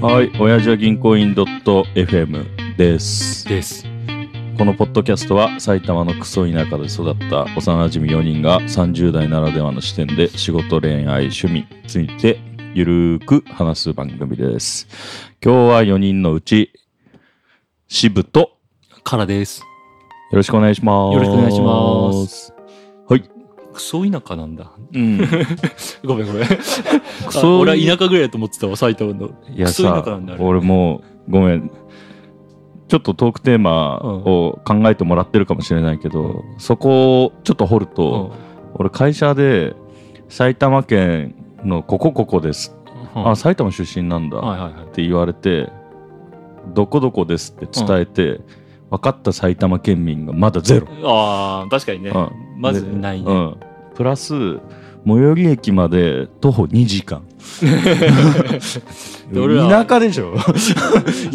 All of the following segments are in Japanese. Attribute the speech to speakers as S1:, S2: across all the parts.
S1: はい、親父は銀行員 .fm です。
S2: です。
S1: このポッドキャストは埼玉のクソ田舎で育った幼馴染4人が30代ならではの視点で仕事、恋愛、趣味についてゆるーく話す番組です。今日は4人のうち、渋と、よ
S2: からです。
S1: ろしくお願いします。。
S2: よろしくお願いしますクソ田舎なんだ。
S1: うん。
S2: ごめんごめん。
S1: ク
S2: あ
S1: ソ
S2: 俺は田舎ぐらいだと思ってたわ、埼玉の。
S1: いや
S2: クソ田舎
S1: さ
S2: なんだあ、れ
S1: 俺もう、ごめん。ちょっとトークテーマを考えてもらってるかもしれないけど、そこをちょっと掘ると、俺会社で埼玉県のここここです、
S2: うん
S1: あ埼玉出身なんだっ
S2: はいはいはい。
S1: て言われて、どこどこですって伝えて、分かった埼玉県民がまだゼロ、
S2: ああ、確かにね。
S1: うん
S2: まず
S1: で
S2: ないね。
S1: うん、プラス最寄り駅まで徒歩2時 間
S2: で俺らは
S1: 田舎でしょ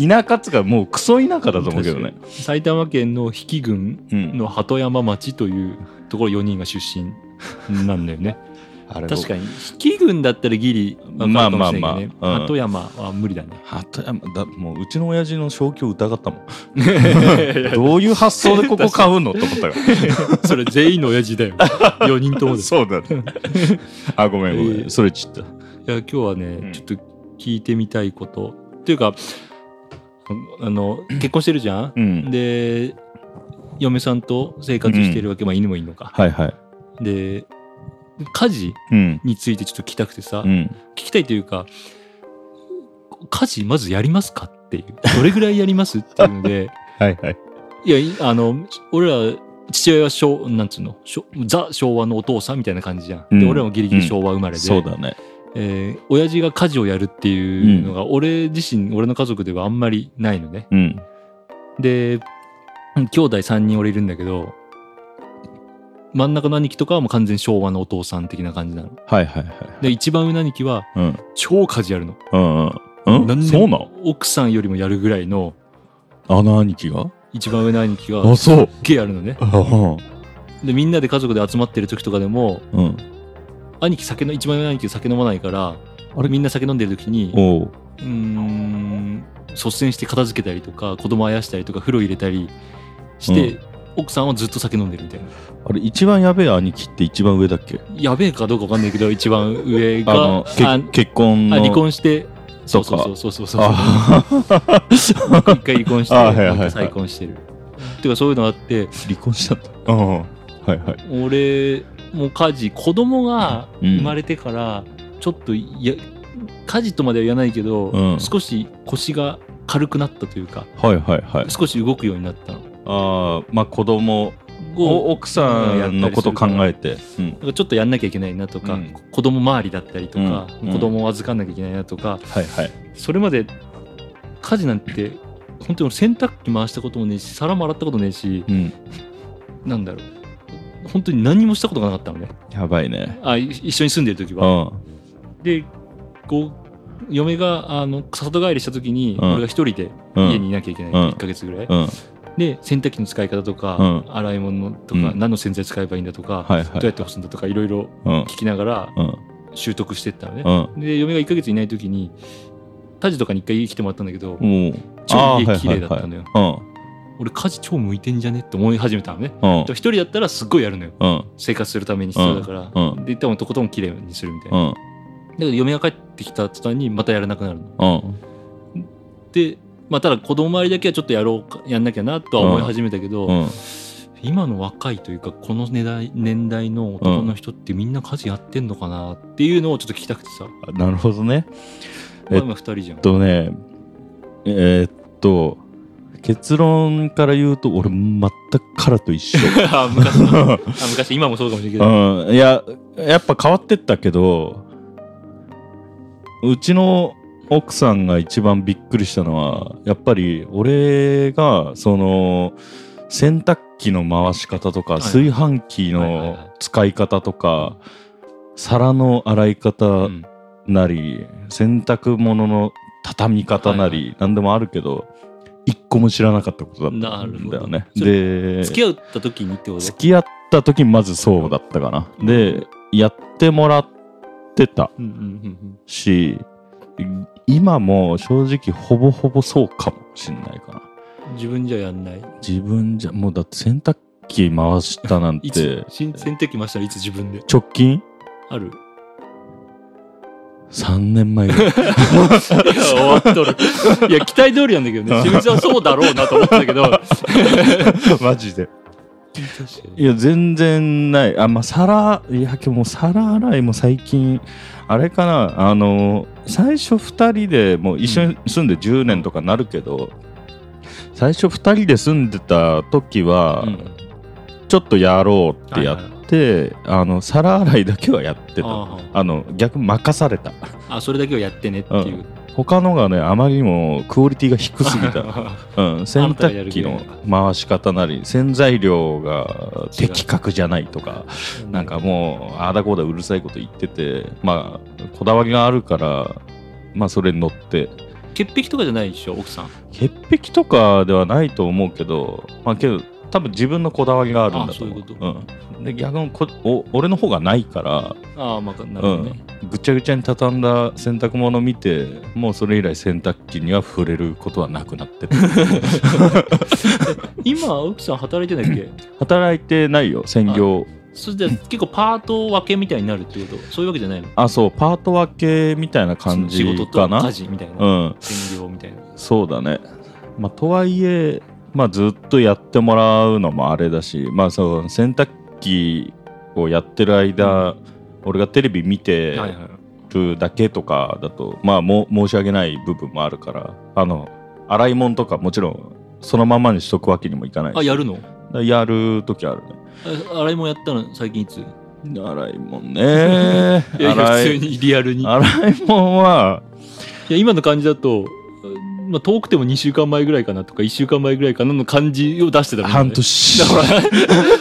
S1: 田舎っつうかもうクソ田舎だと思うけどね、
S2: 埼玉県の比企郡
S1: うん、
S2: の鳩山町というところ4人が出身なんだよ ね。
S1: あれ
S2: 確かに。比企郡だったらギリわかるかもしれないけどね。
S1: まあまあまあうん
S2: 鳩山は無理だね。
S1: 鳩山だもううちの親父の正気を疑ったもん
S2: いや
S1: どういう発想でここ買うのと思ったよ
S2: それ全員の親父だよ。4人ともです。
S1: そうだねあごめんごめん、
S2: えー
S1: それちった
S2: いや今日はね、
S1: ん
S2: ちょっと聞いてみたいことっていうかあの結婚してるじゃん、
S1: うん
S2: で嫁さんと生活してるわけ、まあ犬もいいのか
S1: はいはい
S2: で家事
S1: うん
S2: についてちょっと聞きたくてさ、
S1: うん
S2: 聞きたいというか家事まずやりますかっていうどれぐらいやりますっていうの で
S1: はいはい
S2: いやいあの俺ら父親は昭なんつうの昭ザ昭和のお父さんみたいな感じじゃん、
S1: うん
S2: で俺らもギリギリ昭和生まれで、
S1: そうだね
S2: えー親父が家事をやるっていうのが、俺自身俺の家族ではあんまりないのね
S1: うん
S2: で兄弟3人俺いるんだけど真ん中の兄貴とかはもう完全に昭和のお父さん的な感じなの
S1: はいはいはい
S2: で一番上の兄貴は
S1: うん
S2: 超家事やるの
S1: うんうんう
S2: 何
S1: ん
S2: で
S1: そうなの
S2: 奥さんよりもやるぐらいの
S1: あの兄貴が
S2: 一番上の兄貴が
S1: あ
S2: す
S1: そう
S2: っげえやるのねでみんなで家族で集まってる時とかでも
S1: うんうん
S2: 兄貴酒の一番上の兄貴酒飲まないから
S1: あれ
S2: みんな酒飲んでる時に
S1: おう
S2: うーん率先して片付けたりとか子供あやしたりとか風呂入れたりして、奥さんはずっと酒飲んでるみたいな
S1: あれ一番やべえ兄貴って一番上だっけ
S2: やべえかどうかわかんないけど一番上
S1: あ
S2: が
S1: のけ
S2: あ
S1: 結婚
S2: あ
S1: の
S2: 離婚して
S1: そ
S2: そうう
S1: か
S2: そうそうそうそう
S1: あ
S2: 一回離婚して
S1: あはいはいはい
S2: また再婚してるっていうかそういうのがあって
S1: 離婚しちゃったうんはいはい
S2: 俺もう家事子供が
S1: うん
S2: 生まれてからちょっとや家事とまでは言わないけど、
S1: うん
S2: 少し腰が軽くなったというか
S1: はいはいはい
S2: 少し動くようになったの
S1: ああまあ子供を奥さんのこと考えてうん
S2: なんかちょっとやんなきゃいけないなとか、
S1: うん
S2: 子供周りだったりとか、
S1: うんうん
S2: 子供を預かんなきゃいけないなとか
S1: はいはい
S2: それまで家事なんて本当に俺洗濯機回したこともねえし皿も洗ったことねえし
S1: うん
S2: なんだろう本当に何もしたことがなかったのね
S1: やばいね
S2: あい一緒に住んでる時
S1: う
S2: は。
S1: ん
S2: でこう嫁があの里帰りした時に、
S1: うん
S2: 俺が一人で
S1: うん
S2: 家にいなきゃいけない、
S1: うん
S2: 1ヶ月ぐらい、
S1: うん
S2: で洗濯機の使い方とか、
S1: う
S2: 洗い物とか、
S1: うん
S2: 何の洗剤使えばいいんだとか、
S1: はい
S2: どう
S1: は
S2: や
S1: い
S2: って干すんだとかいろいろ
S1: うん
S2: 聞きながら
S1: うん
S2: 習得してったのね、
S1: うん
S2: で嫁が1ヶ月いない時にタジとかに一回来てもらったんだけど
S1: もう
S2: 超
S1: あーはい
S2: 家
S1: はい
S2: 綺麗だったのよ、
S1: はい
S2: 俺家事超向いてんじゃねって思い始めたのね
S1: うんうん
S2: でも一人だったらすっごいやるのよ
S1: うん
S2: 生活するために必要だから、
S1: うんう
S2: で多分とことん綺麗にするみたいな、
S1: うん
S2: だけど嫁が帰ってきた途端にまたやらなくなるの
S1: うん
S2: でまあただ子供周りだけはちょっとやろうかやんなきゃなとは思い始めたけど、
S1: うん
S2: 今の若いというかこの年代年代の男の人ってみんな家事やってんのかなっていうのをちょっと聞きたくてさ、
S1: あなるほどね
S2: まあ今2人じゃん
S1: えっとねえーっと結論から言うと俺全くカラと一 緒
S2: あ昔のあ昔今もそうかもしれないけど、
S1: うん、いややっぱ変わってったけどうちの奥さんが一番びっくりしたのはやっぱり俺がその洗濯機の回し方とか
S2: い
S1: 炊飯器
S2: はいはいはい
S1: の使い方とか皿の洗い方
S2: うん
S1: なり洗濯物の畳み方な
S2: はい
S1: り何でもあるけど一個も知らなかったことだった
S2: なる
S1: ん
S2: ほ
S1: だよ
S2: ど
S1: ね。
S2: それ
S1: で
S2: 付き合った時にってこと
S1: 付き合った時まずそうだったかなでやってもらってた
S2: うんうんうんうん
S1: し今も正直ほぼほぼそうかもしんないかな。
S2: 自分じゃやんない。
S1: 自分じゃ、もうだって洗濯機回したなん
S2: いつ
S1: て、
S2: 新洗濯機回したらいつ自分で。
S1: 直近
S2: ある
S1: ?3 年前ぐ らい。
S2: いや、終わっとる。 いや、期待通りなんだけど ね。清水はそうだろうなと思ってたけど。
S1: マジで。い
S2: いや
S1: や、全然ない。あ、まあ、皿、いや、今日もう皿洗いも最近、あれかな、あの、最初2人でもう一緒に住んで10年とかなるけど、最初2人で住んでた時は、
S2: うん
S1: ちょっとやろうってやって、あの、皿洗いだけはやってた。
S2: あ
S1: あの、逆に任された。
S2: ああそれだけをやってねっていう。
S1: 他のがね、あまりにもクオリティが低すぎた。 うん、洗濯機の回し方なり洗剤量が的確じゃないとかなんかもうああだこうだうるさいこと言っててまあこだわりがあるからまあそれに乗って
S2: 潔癖とかじゃないでしょ奥さん
S1: 潔癖とかではないと思うけどまあけど多分自分のこだわりがあるんだと思う
S2: あそういう
S1: うん、で逆にこお俺の方がないから
S2: ああまあなるほどね、
S1: ぐちゃぐちゃに畳んだ洗濯物を見てもうそれ以来洗濯機には触れることはなくなってる
S2: 今奥さん働いてないっけ
S1: 働いてないよ専業
S2: それで結構パート分けみたいになるってことそういうわけじゃないの
S1: あそうパート分けみたいな感じ
S2: 仕事
S1: か
S2: と
S1: な
S2: 家事みたいな、
S1: うん
S2: 専業みたいな
S1: そうだねまあとはいえまあずっとやってもらうのもあれだしまあそう洗濯機をやってる間、俺がテレビ見て
S2: はいはい
S1: るだけとかだと、まあもう申し訳ない部分もあるからあの洗い物とかもちろんそのままにしとくわけにもいかないし
S2: あやるの
S1: やる時あるね
S2: あ洗い物やったの最近いつい
S1: 洗い物ね
S2: やいや
S1: 洗
S2: 普通
S1: い
S2: にリアルにい
S1: 洗い物は
S2: や今の感じだと、うんまあ、遠くても2週間前ぐらいかなとか1週間前ぐらいかなの感じを出してたもんね
S1: 半年
S2: だ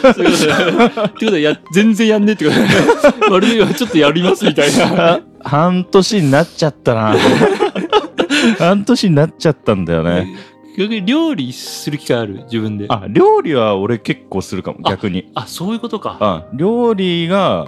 S2: からそういうことだよってことはや全然やんねえってことだ よまるで今ちょっとやりますみたいな
S1: あ半年になっちゃったな 半年になっちゃったんだよね
S2: 逆に料理する機会ある自分で
S1: あ料理は俺結構するかも
S2: あ
S1: 逆に
S2: あそういうことか
S1: あ料理が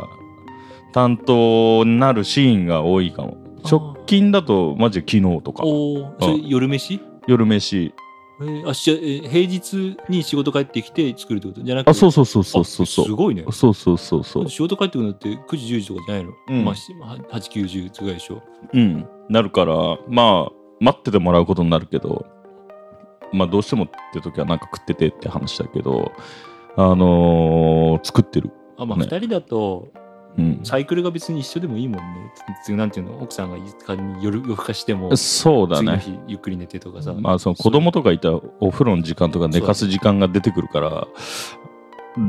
S1: 担当になるシーンが多いかも直近だとマジで昨日とか
S2: おおそれ
S1: うん
S2: 夜飯
S1: 夜飯
S2: えーあじゃあえー平日に仕事帰ってきて作るってことじゃなくて
S1: あそう
S2: う
S1: そうそうそうそうそ
S2: す
S1: う
S2: ごいね
S1: そうそうそうそう
S2: 仕事帰ってくるのって9時10時とかじゃないの、
S1: うん
S2: まあ、8910ぐらいでしょ
S1: うんなるからまあ待っててもらうことになるけどまあどうしてもって時はなんか食っててって話だけどあのー作ってる
S2: あまあ
S1: ね
S2: 2人だと
S1: うん
S2: サイクルが別に一緒でもいいもんねつなんていうの奥さんが夜夜更かしても
S1: そうだ
S2: 次の
S1: ね。
S2: 日ゆっくり寝てとかさ、
S1: まあその子供とかいたらお風呂の時間とか寝かす時間が出てくるから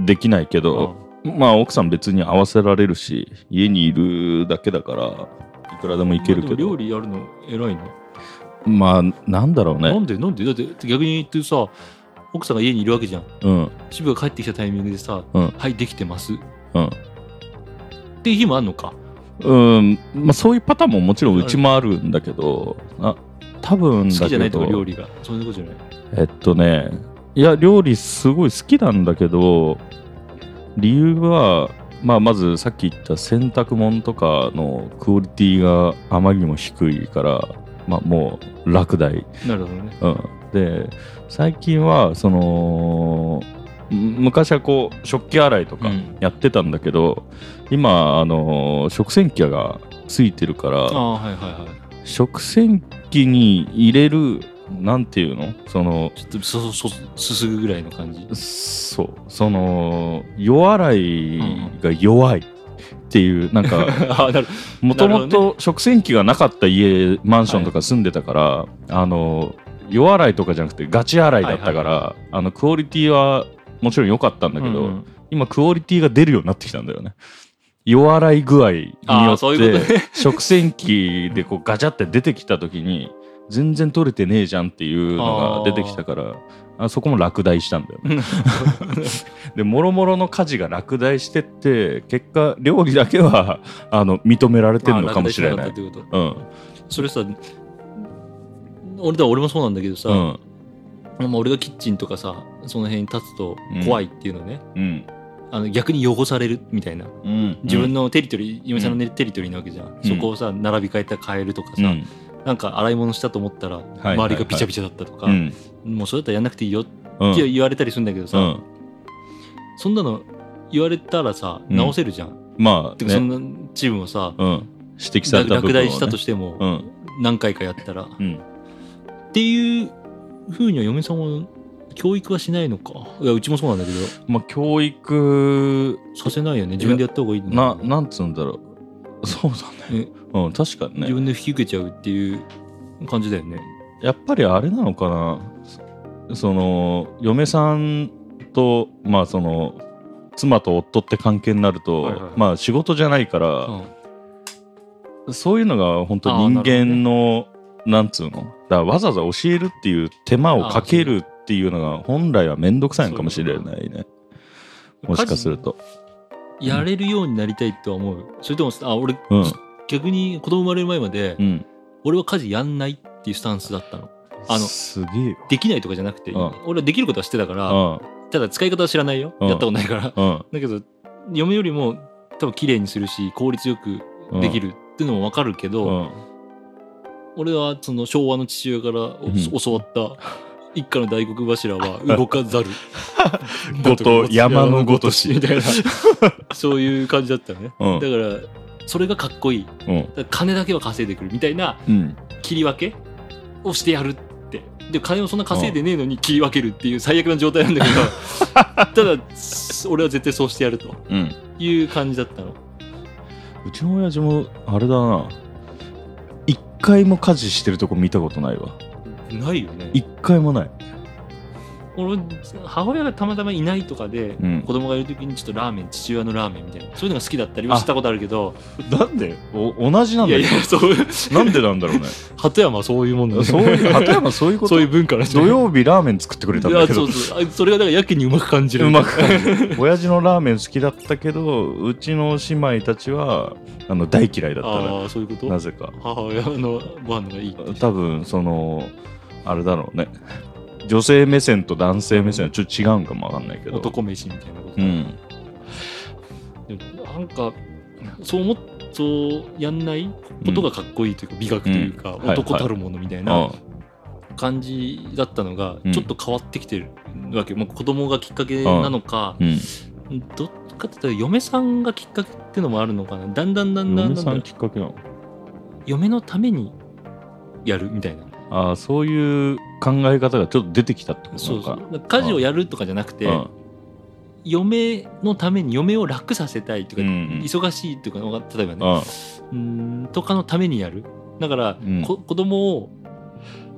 S1: できないけど、まあ奥さん別に合わせられるし家にいるだけだからいくらでもいけるけ
S2: まあでも料
S1: ど
S2: 理やるの偉いね
S1: まあなんだろう
S2: な
S1: ね
S2: んでなんでだって逆に言ってさ奥さんが家にいるわけじゃん
S1: うん
S2: 渋が帰ってきたタイミングでさ「
S1: うん
S2: はいできてます」っ
S1: うん、
S2: ていう日もあんのか
S1: うんまあ、そういうパターンももちろんうちもあるんだけどあ多分だ
S2: 好
S1: けど
S2: きじゃないとか料理がそういうことじゃない
S1: えっとねいや料理すごい好きなんだけど理由は、まあ、まずさっき言った洗濯物とかのクオリティがあまりにも低いから、まあ、もう落第、
S2: なるほどね
S1: うん、で最近はそのん昔はこう食器洗いとか
S2: うん
S1: やってたんだけど、今、あのー食洗機がついてるから
S2: ああはいはいはい
S1: 食洗機に入れるなんていうのその
S2: ちょっとそそそすすぐぐらいの感じ
S1: そうその夜洗いが弱いっていう、なんか
S2: あ あなる
S1: もとも
S2: なるほ
S1: と食洗機がなかった家マンションとか住んでたから、あの夜洗いとかじゃなくてガチ洗いだったから、あのクオリティはもちろん良かったんだけど、
S2: うんうん
S1: 今クオリティが出るようになってきたんだよね。弱洗い具合によ
S2: あー
S1: っ
S2: そういうこと
S1: て 食洗機でこうガチャって出てきた時に全然取れてねえじゃんっていうのが出てきたからあそこも落第したんだよ ね。でもろもろの家事が落第してって結果料理だけはあの認められてるのかもしれ
S2: あ
S1: な
S2: 落
S1: い
S2: 第。しかったってこ
S1: うん
S2: とそれさ俺だ俺もそうなんだけどさ、
S1: うん
S2: まあ俺がキッチンとかさその辺に立つと怖いっていうのね、
S1: うん
S2: あの逆に汚されるみたいな
S1: うん
S2: 自分のテリトリー、嫁さんのねテリトリーなわけじゃん、
S1: ん
S2: そこをさ並び替えたら変えるとか
S1: う
S2: さ、
S1: ん
S2: なんか洗い物したと思ったら
S1: はい
S2: 周りがびちゃびちゃだったとか、
S1: うん。
S2: もうそれだったらやんなくていいよっ
S1: うん
S2: て言われたりするんだけどさ、
S1: うん
S2: そんなの言われたらさ
S1: うん
S2: 直せるじゃん、
S1: まあ、
S2: てかそん
S1: ね。
S2: なチームをさ、
S1: うん。指摘された部
S2: 落
S1: 分をね
S2: 第したとしても、
S1: うん。
S2: 何回かやったら、
S1: う
S2: っ
S1: ん。
S2: ていうふうには嫁さんは教育はしないのかいやうちもそうなんだけど
S1: まあ、教育、
S2: させないよね自分でやった方がいいんだ
S1: な
S2: よ、ね
S1: なんつうんだろう。 そうだね。うん、確かに
S2: 自
S1: ね。
S2: 分で引き受けちゃうっていう感じだよね
S1: やっぱりあれなのかな。その、嫁さんと、まあ、その、妻と夫って関係になると、
S2: はいはい
S1: まあ仕事じゃないから、
S2: うん
S1: そういうのが本当人間のなんつうのだからわざわざ教えるっていう手間をかけるっていうのが本来は面倒くさいのかもしれないねもしかすると
S2: 家事やれるようになりたいとは思うそれともあ俺
S1: うん
S2: 逆に子供生まれる前まで、
S1: うん
S2: 俺は家事やんないっていうスタンスだったのあの
S1: すげえよ
S2: できないとかじゃなくて、
S1: うん
S2: 俺はできることはしてたから、
S1: うん
S2: ただ使い方は知らないよ、
S1: うん
S2: やったことないから
S1: うん
S2: だけど嫁よりも多分綺麗にするし効率よく
S1: うん
S2: できるっていうのも分かるけど、
S1: うん
S2: 俺はその昭和の父親からお
S1: うん
S2: 教わった一家の大黒柱は動かざる
S1: ごと山のごとし
S2: みたいな そういう感じだったのね、
S1: うん
S2: だからそれがかっこいいだ
S1: うん
S2: から金だけは稼いでくるみたいな
S1: うん
S2: 切り分けをしてやるってで金をそんな稼いでねえのに切り分けるっていう最悪な状態なんだけ どただ俺は絶対そうしてやると
S1: うん
S2: いう感じだったの
S1: うちの親父もあれだな一回も家事してるとこ見たことないわ
S2: ないよね
S1: 一回もない
S2: 俺母親がたまたまいないとかで、
S1: うん
S2: 子供がいる時にちょっとラーメン父親のラーメンみたいなそういうのが好きだったりはしたことあるけど
S1: なんでお同じなん
S2: い
S1: だ
S2: や
S1: よ
S2: いやそういう
S1: なんでなんだろ うね
S2: 鳩山はそういうもんだね
S1: そういう鳩山そういうこと
S2: そういう文化の人
S1: 土曜日ラーメン作ってくれたんだけど
S2: いやそうそうあそれがだからやけにうまく感じる
S1: うまく感じ親父のラーメン好きだったけどうちの姉妹たちはあの大嫌いだった
S2: ああそういうこ
S1: らな
S2: と
S1: ぜか
S2: 母親のご飯の方がいいって
S1: 多分そのあれだろうね女性目線と男性目線はちょっと違うんかもわかんないけど
S2: 男飯みたいなこと、
S1: うん
S2: でもなんかそう思っそうやんないことがかっこいいというか、美学というか、
S1: うんはい
S2: 男たるものみたいな、
S1: あ
S2: 感じだったのが
S1: うん
S2: ちょっと変わってきてるわけ、まあ、子供がきっかけなのか、
S1: うん
S2: どっちかって言ったら嫁さんがきっかけっていうのもあるのかなだんだんだんだん
S1: 嫁
S2: だ
S1: さ
S2: んだ
S1: ん
S2: ん
S1: きっかけなの
S2: 嫁のためにやるみたいな
S1: ああそういう考え方がちょっと出てきたってことな
S2: そ
S1: の
S2: うそ
S1: か
S2: う家事をやるとかじゃなくて
S1: うん
S2: 嫁のために嫁を楽させたいとか、
S1: うんうん
S2: 忙しいとか例えばね
S1: あ
S2: うーんとかのためにやるだから、
S1: うん
S2: こ子供を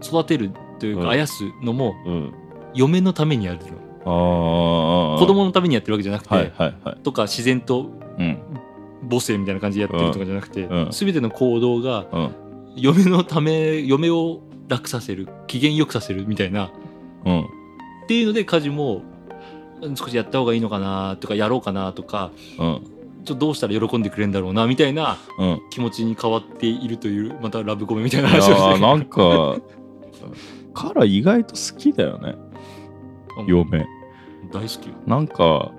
S2: 育てるという
S1: うん
S2: かあやすのも
S1: あうん
S2: 嫁のためにやるの
S1: ああ
S2: 子供のためにやってるわけじゃなくて、
S1: はいはいはい
S2: とか自然と
S1: うん
S2: 母性みたいな感じでやってるとかじゃなくて、
S1: うん
S2: 全ての行動が
S1: うん
S2: 嫁のため嫁を楽させる機嫌よくさせるみたいな
S1: うん
S2: っていうので家事もうん少しやった方がいいのかなとかやろうかなとか
S1: うん
S2: ちょっとどうしたら喜んでくれるんだろうなみたいな
S1: うん
S2: 気持ちに変わっているというまたラブコメみたいない
S1: や
S2: 話をし
S1: ー
S2: て
S1: なんかカラ意外と好きだよね
S2: うん
S1: 嫁
S2: 大好きよ
S1: なんか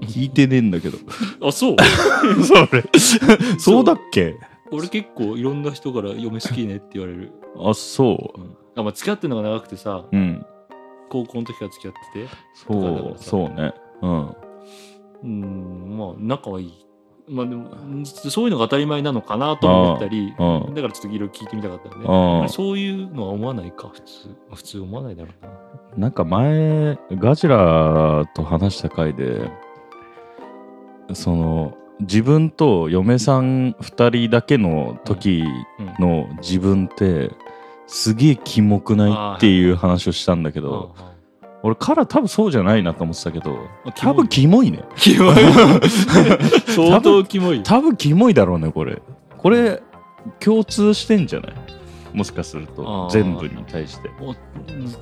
S1: 聞いてねえんだけど
S2: あそう
S1: それそうだっけ
S2: 俺結構いろんな人から嫁好きねって言われる、
S1: あそ
S2: あまあ、付き合ってるのが長くてさ
S1: ううん
S2: 高校の時から付き合っててだか
S1: そ
S2: ら
S1: う
S2: さ
S1: そうねうん
S2: うんまあ仲はいいまあでもうんそういうのが当たり前なのかなとも思ったり
S1: うん
S2: だからちょっといろいろ聞いてみたかったよねやっぱ
S1: う
S2: りそういうのは思わないか普通普通思わないだろうなん
S1: なんか前ガジラと話した回でその自分と嫁さん2人だけの時の自分ってすげえキモくないっていう話をしたんだけど
S2: あ
S1: 俺カラ多分そうじゃないなと思ってたけど
S2: あ
S1: 多分キモいね
S2: キモい 相当キモい
S1: 多分キモいだろうねこれこれ共通してんじゃないもしかすると
S2: あー
S1: 全部に対して
S2: お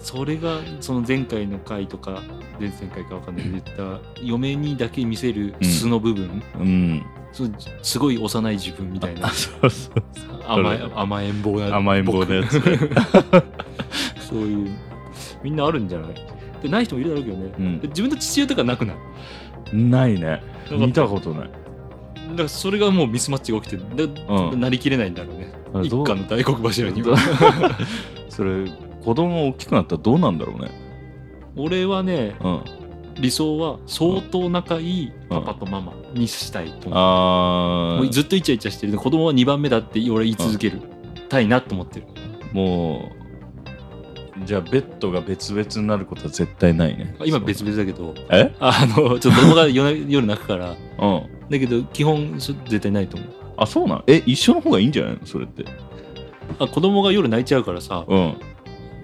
S2: それがその前回の回とか前々回か分かんないけど言った嫁にだけ見せる素の部分、
S1: うん
S2: そうすごい幼い自分みたい な
S1: そうそう
S2: 甘え
S1: それ
S2: 甘えん坊な
S1: 甘えん坊なやつね
S2: そういうみんなあるんじゃないでない人もいるだろうけどね、
S1: うん
S2: で自分の父親とかなくない
S1: ないね
S2: かった
S1: 見たことない
S2: だからそれがもうミスマッチが起きてるだ
S1: うん
S2: なりきれないんだろうね
S1: あれ
S2: 一
S1: どう
S2: 家の大黒柱に
S1: どう
S2: は
S1: それ子供大きくなったらどうなんだろうね
S2: 俺はね
S1: うん
S2: 理想は相当仲いいパパとママにしたいと思う
S1: あ
S2: もう
S1: ー
S2: ずっとイチャイチャしてる子供は2番目だって俺は言い続けるたいなと思ってる
S1: もうじゃあベッドが別々になることは絶対ないね
S2: 今別々だけど
S1: え
S2: あのちょっと子供が夜な夜泣くから
S1: うん
S2: だけど基本そ絶対ないと思う
S1: あそうなんえ一緒の方がいいんじゃないのそれって
S2: あ子供が夜泣いちゃうからさ
S1: うん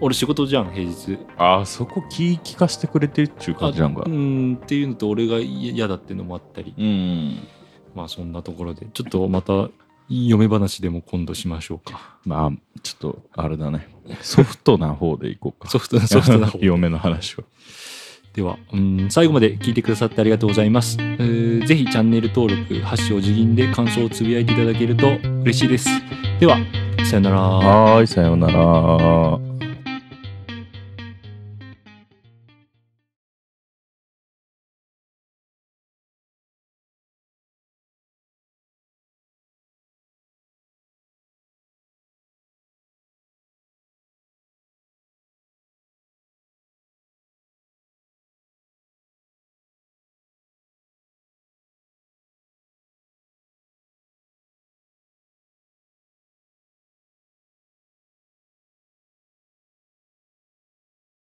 S2: 俺仕事じゃん平日
S1: あーそこ気聞かせてくれてるっちゅう感じなんか
S2: うーんっていうのと俺が嫌だっていうのもあったり
S1: うん
S2: まあそんなところでちょっとまた嫁話でも今度しましょうか
S1: まあちょっとあれだねソフトな方でいこうか
S2: ソ フトな ソフトな方
S1: 嫁の話は
S2: では、うん、最後まで聞いてくださってありがとうございます。えーぜひチャンネル登録、ハッシュお辞儀で感想をつぶやいていただけると嬉しいです。では、さよなら。
S1: はーいさようなら